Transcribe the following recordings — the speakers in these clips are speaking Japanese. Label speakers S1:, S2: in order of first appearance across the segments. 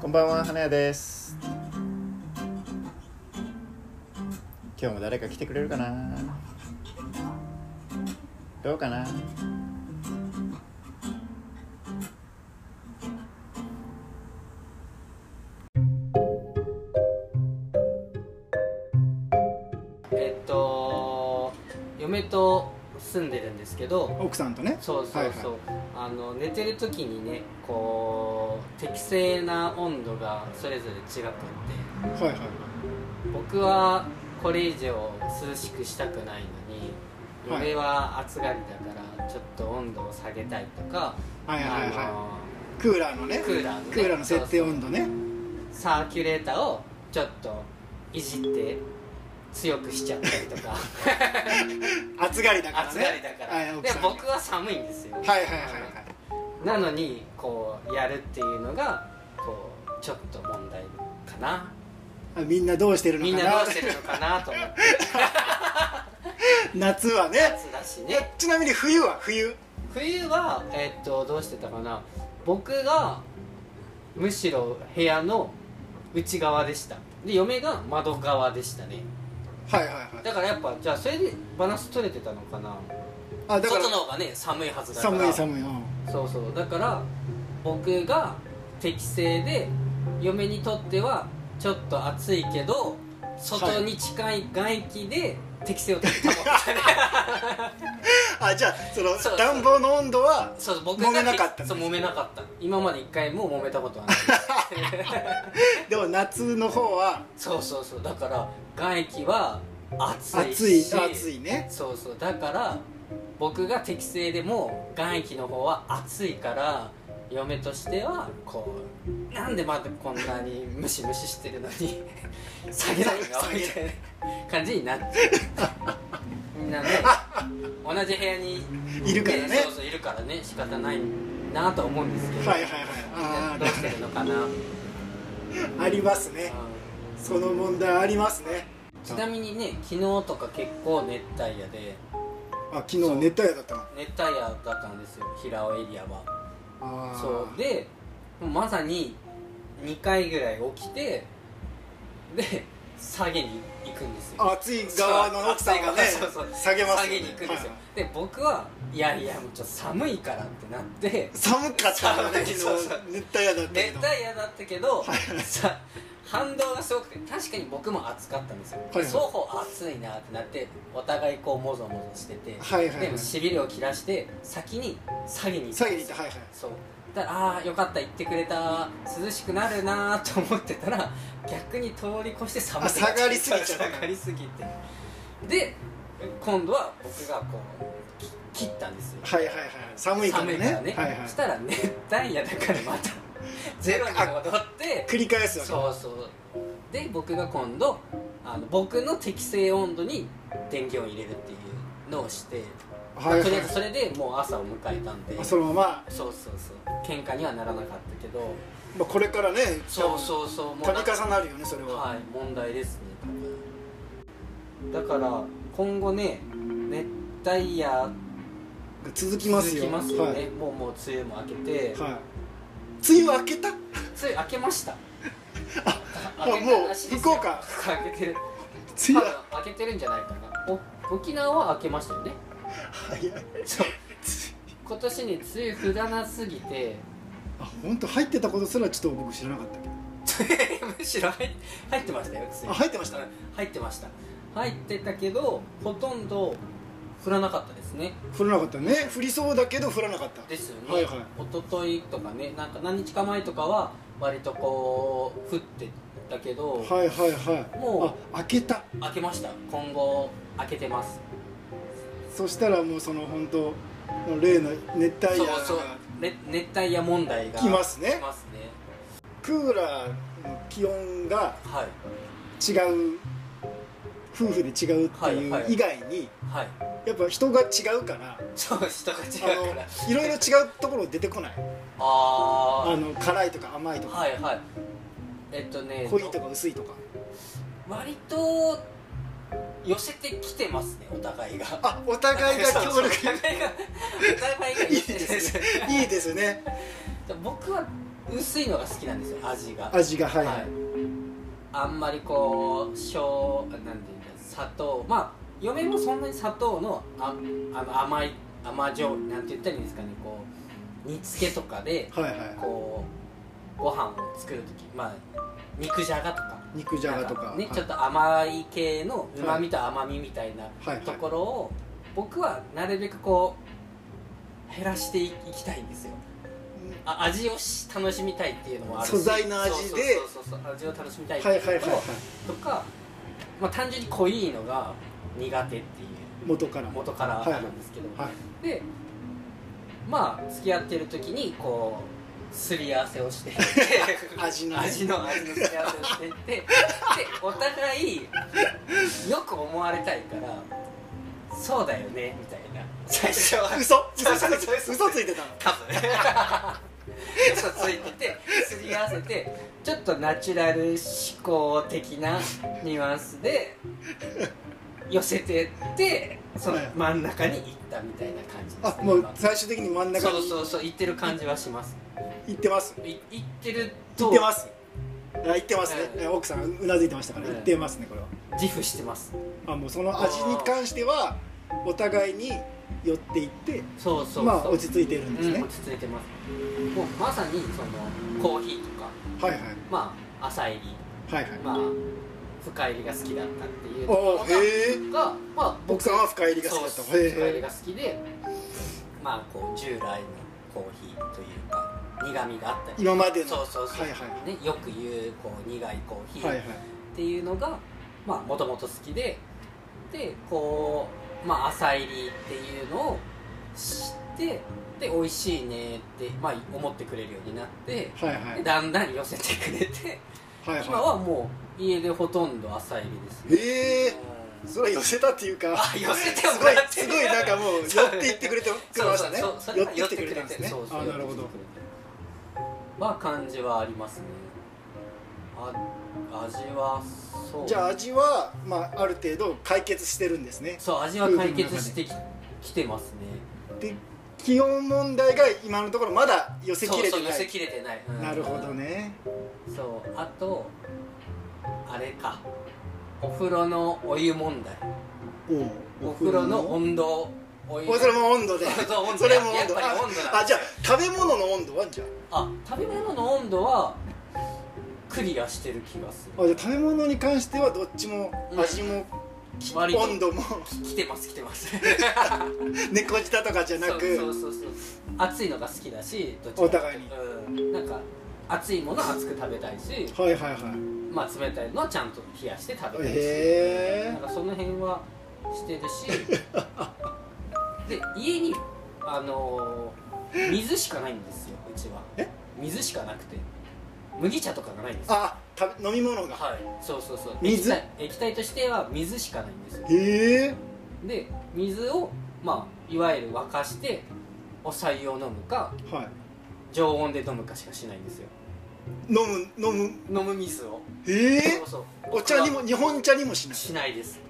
S1: こんばんは、花屋です。今日も誰か来てくれるかな。どうかな。
S2: えっと嫁と住んでるんですけど
S3: 奥さんとね
S2: そうそうそう、あの寝てる時にねこう適正な温度がそれぞれ違くって
S3: はいはい
S2: 僕はこれ以上涼しくしたくないの
S3: はい
S2: に嫁は暑がりだからちょっと温度を下げたいとか、
S3: はいはいはい
S2: あ
S3: は
S2: の
S3: いクーラーのね
S2: クーラーのね
S3: クーラーの設定温度ね
S2: サーキュレーターをちょっといじって強くしちゃったりとか
S3: 暑がりだからね
S2: 暑がりだから、
S3: はい奥
S2: で
S3: さん
S2: 僕は寒いんですよ
S3: はいはいはい
S2: なのにこうやるっていうのがこうちょっと問題かな
S3: はいみんなどうしてるの
S2: みん
S3: か
S2: な
S3: な
S2: どうしてるのかなと思って
S3: 夏はね
S2: 夏だし ね
S3: ちなみに冬は冬
S2: 冬はえっとどうしてたかな僕がむしろ部屋の内側でしたで嫁が窓側でしたね
S3: はいはいはい
S2: だからやっぱじゃあそれでバランス取れてたのかな
S3: あだから
S2: 外の方がね寒いはずだから
S3: 寒い寒いうん
S2: そうそうだから僕が適正で嫁にとってはちょっと暑いけど外に近い外気で適正を保ってたね
S3: あじゃあその
S2: そう
S3: 暖房の温度は
S2: そう僕
S3: 揉めなかったんです
S2: そう揉めなかった今まで一回も揉めた ことはない
S3: でも夏の方は
S2: そうそうそうだから外気は暑い
S3: 暑い
S2: し
S3: 暑いね
S2: そうそうだから僕が適正でも外気の方は暑いから嫁としてはこうなんでまだこんなにムシムシしてるの に下げないの
S3: 下
S2: み
S3: げない
S2: たいな感じになっちゃうみんなね同じ部屋に
S3: いるからね
S2: そうそういるからね仕方ないなとは思うんですけど、
S3: はいはいはい
S2: みんな
S3: あ
S2: どうしてるのか な、うん
S3: ーありますねその問題ありますね
S2: ちなみにね昨日とか結構熱帯夜で
S3: あ昨日熱帯夜だったの
S2: 熱帯夜だったんですよ平尾エリアは
S3: あー
S2: そうでまさに2回ぐらい起きてで下げに行くんですよ
S3: 暑い側の奥さんがね
S2: そうそうそう
S3: 下げます
S2: 下
S3: よね
S2: げに行くんですよ
S3: は
S2: で僕はいやいやもうちょっと寒いからってなって
S3: 寒かったからね
S2: そう
S3: 昨
S2: そう
S3: 日熱帯夜だったけ
S2: 熱
S3: ど
S2: 帯夜だったけどさ反動がすごくて確かに僕も暑かったんですよ、
S3: いはい
S2: 双方暑いなってなってお互いこうもぞもぞしてて、
S3: はいはいはい
S2: でもしびれを切らして先に下げに行った
S3: 下
S2: んで
S3: げに行っ
S2: す
S3: た
S2: よ
S3: はいはい
S2: そうだからああーよかった行ってくれた涼しくなるなーと思ってたら逆に通り越して寒くなっ
S3: あ下がりすぎちゃった
S2: 下がりすぎてで今度は僕がこうき切ったんですよ
S3: はいはいはい寒いからね
S2: からね、
S3: はいはい
S2: したら熱帯夜だからま たゼロに戻って
S3: 繰り返すわけ
S2: そうそうで僕が今度あの僕の適正温度に電源を入れるっていうのをして、
S3: はい
S2: まあと
S3: は
S2: り
S3: い
S2: あえずそれでもう朝を迎えたんで
S3: まあそのまま、
S2: そうそうそう喧嘩にはならなかったけど
S3: まあ、これからね
S2: そうそうそうもう
S3: 度重なるよねそれは、
S2: はい問題ですね多分だから今後ね熱帯夜
S3: 続きま
S2: 続
S3: すよ
S2: きますよね、
S3: はい
S2: もうもう梅雨も明けて、
S3: はい、梅雨明けた
S2: 梅雨明けましたあ
S3: あもう福岡
S2: 明けてる
S3: 梅
S2: 多
S3: 雨
S2: 分明けてるんじゃないかなお沖縄は明けましたよね
S3: 早い
S2: そう今年に梅雨降らなすぎて
S3: あ本当入ってたことすらちょっと僕知らなかったけど
S2: むしろ入入ってましたよ梅雨
S3: あ入ってました
S2: 入ってました入ってたけどほとんど降らなかったですね
S3: 降らなかったね降りそうだけど降らなかった
S2: ですよね、
S3: はいはい
S2: 一昨日とかねなんか何日か前とかは割とこう降ってたけど、
S3: はいはいはい
S2: も
S3: あ開けた
S2: 明けました今後明けてます
S3: そしたらもうその本当例の熱帯
S2: そう
S3: 夜が
S2: そうね熱帯夜問題が
S3: 来ます
S2: 来
S3: ね
S2: ますね
S3: クーラーの気温が
S2: はい
S3: 違う夫婦で違うってい
S2: はいは
S3: う
S2: い
S3: 以外に、
S2: はい
S3: やっぱ人が違うから
S2: そう人が違うから
S3: あのいろいろ違うところ出てこない
S2: あ
S3: あの辛いとか甘いと
S2: あ
S3: か
S2: はいはいえっとね
S3: 濃いとか薄いとか
S2: 割と寄せてきてますねお互いが
S3: あお互いが協
S2: そ
S3: 力
S2: うそうお互いがお互いが
S3: いいですねいいですね
S2: で僕は薄いのが好きなんですよ味が
S3: 味がはい、
S2: はい、あんまりこう小なんていうんだ砂糖まあ嫁もそんなに砂糖のああの甘い甘じょうなんて言ったらいいんですかねこう煮つけとかで
S3: はい、はいはい
S2: こうご飯を作る時まあ肉じゃがとか
S3: 肉じゃがとか
S2: なんね
S3: はい
S2: ちょっと甘い系のうまみと甘みみたいな
S3: はいはい
S2: ところを僕はなるべくこう減らしていきたいんですよあ味をし楽しみたいっていうのもあるし
S3: 素材の味で
S2: そうそうそうそう味を楽しみたいって
S3: はいいうはいはいは
S2: とか、まあ、単純に濃いのが苦手っていう
S3: い元からは
S2: 元からなんですけど、
S3: い
S2: でまあ付き合ってる時にこうすり合わせをして
S3: 味のね
S2: 味の味のすり合わせをしていってでお互いよく思われたいからそうだよねみたいな最初は
S3: 嘘嘘つ
S2: そう
S3: い
S2: そう
S3: て
S2: そう
S3: 嘘ついてたの
S2: 多分嘘ついててすり合わせてちょっとナチュラル思考的なニュアンスで寄せてってその
S3: はい
S2: 真ん中に行ったみたいな感じです、ね
S3: あ、もう
S2: 今
S3: 最終的に真ん中
S2: そう
S3: に
S2: そうそう行ってる感じはします
S3: 行ってます
S2: い行ってると
S3: 行ってますあ行ってますね、
S2: ええ
S3: 奥さんうなずいてましたから、
S2: ええ
S3: 行ってますねこれは
S2: 自負してます
S3: あもうその味に関してはお互いに寄っていって
S2: そうそうそう、
S3: まあ落ち着いてるんですね、
S2: うん、落ち着いてますもうまさにそのコーヒーとか
S3: はいはい
S2: まあ朝入り
S3: はいはい、
S2: まあ深入りが好きだったっていうところ
S3: お
S2: が
S3: ーへえ
S2: が、まあ、
S3: 奥さんは深入りが好きだった
S2: そう
S3: へ
S2: 深入り
S3: え
S2: が好きでまあこう従来のコーヒーというか苦味があったり
S3: 今までの
S2: そうそうそう、
S3: はいはい
S2: ね、よく言うこう苦いコーヒ
S3: はい
S2: ー
S3: はい
S2: っていうのがまあもともと好きででこうまあ朝入りっていうのを知ってで美味しいねって、まあ、思ってくれるようになって
S3: はいはい
S2: でだんだん寄せてくれて
S3: はい
S2: 今はもう家でほとんど朝入りですね
S3: へえそれは寄せたっていうか
S2: あ寄せて
S3: す
S2: も
S3: ごい
S2: らって
S3: すごいなんかもう寄っていってくれてくれましたね
S2: そうそうそう
S3: 寄ってきてくれたんですね
S2: そうそう
S3: あなるほど
S2: まあ感じはありますねあ味はそう
S3: じゃあ味は、まあ、ある程度解決してるんですね
S2: そう味は解決してききてますね
S3: で気温問題が今のところまだ寄せきれ
S2: そうそう
S3: て
S2: 寄
S3: な
S2: せ
S3: い
S2: きれてない、うん
S3: なるほどね
S2: そうあとあれかお風呂のお湯問題お風呂の温度お湯
S3: おそれも温度で
S2: そう そう温度
S3: それも
S2: や
S3: 温
S2: っぱ
S3: 度
S2: り
S3: あ
S2: 温度なんだ
S3: あじゃあ食べ物の温度はじゃ
S2: あ食べ物の温度はクリアしてる気がす
S3: ああじゃあ食べ物に関してはどっちも
S2: うん
S3: 味も
S2: る割と
S3: 温度も
S2: き来てます来てます
S3: 猫舌とかじゃな
S2: そ
S3: く
S2: うそうそうそう暑いのが好きだしどっ
S3: お互い
S2: う
S3: に
S2: ん、なんか熱いものは熱く食べたいし、
S3: はいはいは
S2: まあ、冷たいのはちゃんと冷やして食
S3: い
S2: べたいし、
S3: へ
S2: なんかその辺はしてる しで家にあのー水しかないんですようちは
S3: え
S2: 水しかなくて麦茶とかがないんですよ
S3: あ食べ飲み物が
S2: はいそうそうそう
S3: 水
S2: 液体液体としては水しかないんですよ
S3: へえ
S2: で水をまあいわゆる沸かしてお白湯を飲むか
S3: はい
S2: 常温で飲むかしかしないんですよ
S3: 飲む飲む
S2: 飲む水を
S3: ええ
S2: そうそう
S3: お茶にも日本茶にもしない
S2: しないです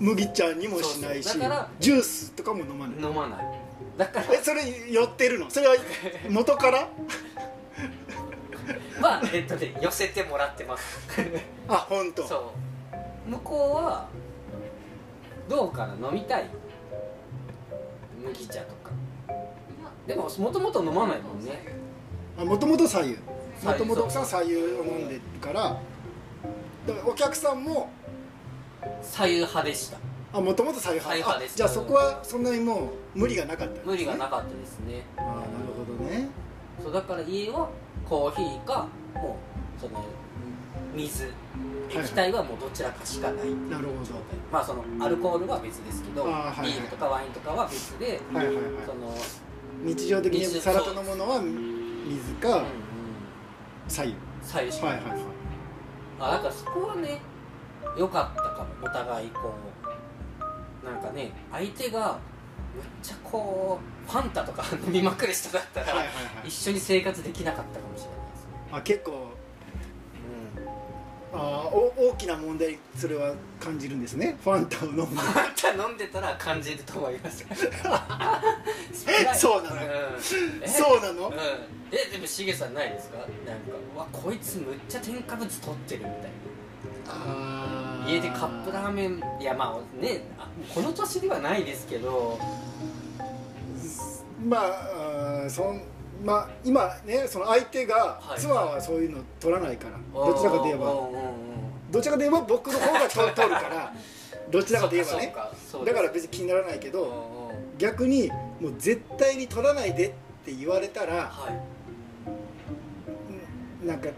S3: 麦茶にもしないし
S2: そうそうだから
S3: ジュースとかも飲まない
S2: 飲まないだから
S3: えそれ寄ってるのそれ は元から
S2: まあえっとね寄せてもらってます
S3: あ本当
S2: そう向こうはどうかな飲みたい麦茶とかでももともと飲まないもんね
S3: もともと左右
S2: 左
S3: もと
S2: 右
S3: もと奥さん左右を飲んでるからだからお客さんも
S2: 左右派でした
S3: あもともと左右
S2: 左右
S3: 派
S2: 派
S3: あ
S2: です
S3: じゃあそこはそんなにもう無理がなかったんですね
S2: 無理がなかったですね
S3: あーなるほどね
S2: そうだから家はコーヒーかもうその水
S3: い
S2: 液体はもうどちらかしかない
S3: なるほ
S2: まあそのアルコールは別ですけどビ
S3: あーはいはい
S2: ールとかワインとかは別で
S3: どはいはいはい
S2: その、うんうん
S3: 日常的にサラとのものは水か左右
S2: 左右しか
S3: は
S2: ないい
S3: はいはい
S2: あだからそこはね良かったかもお互いこうなんかね相手がむっちゃこうファンタとか飲みまくる人だったら、
S3: はいはいはい
S2: 一緒に生活できなかったかもしれないですね
S3: あ結構あーお大きな問題それは感じる んですねファンタを飲む
S2: うん、ファンタ飲んでたら感じると思いますスペない
S3: そうなの
S2: んえ
S3: そうなの
S2: うんえでもしげさんないですかなんかうわこいつむっちゃ添加物取ってるみたい
S3: あ
S2: な
S3: ー
S2: 家でカップラーメンいやまあねあこの年ではないですけど
S3: まああーそんまあ今ねその相手が、
S2: はい
S3: 妻はそういうの取らないからどちらかといえば
S2: うんうんうん
S3: どちらかといえば僕の方が取取る からどちらかといえばね
S2: そうかそうか
S3: だから別に気にならない
S2: そ
S3: け
S2: う
S3: ど
S2: んうん
S3: 逆にもう絶対に取らないでって言われたら
S2: はい
S3: なんか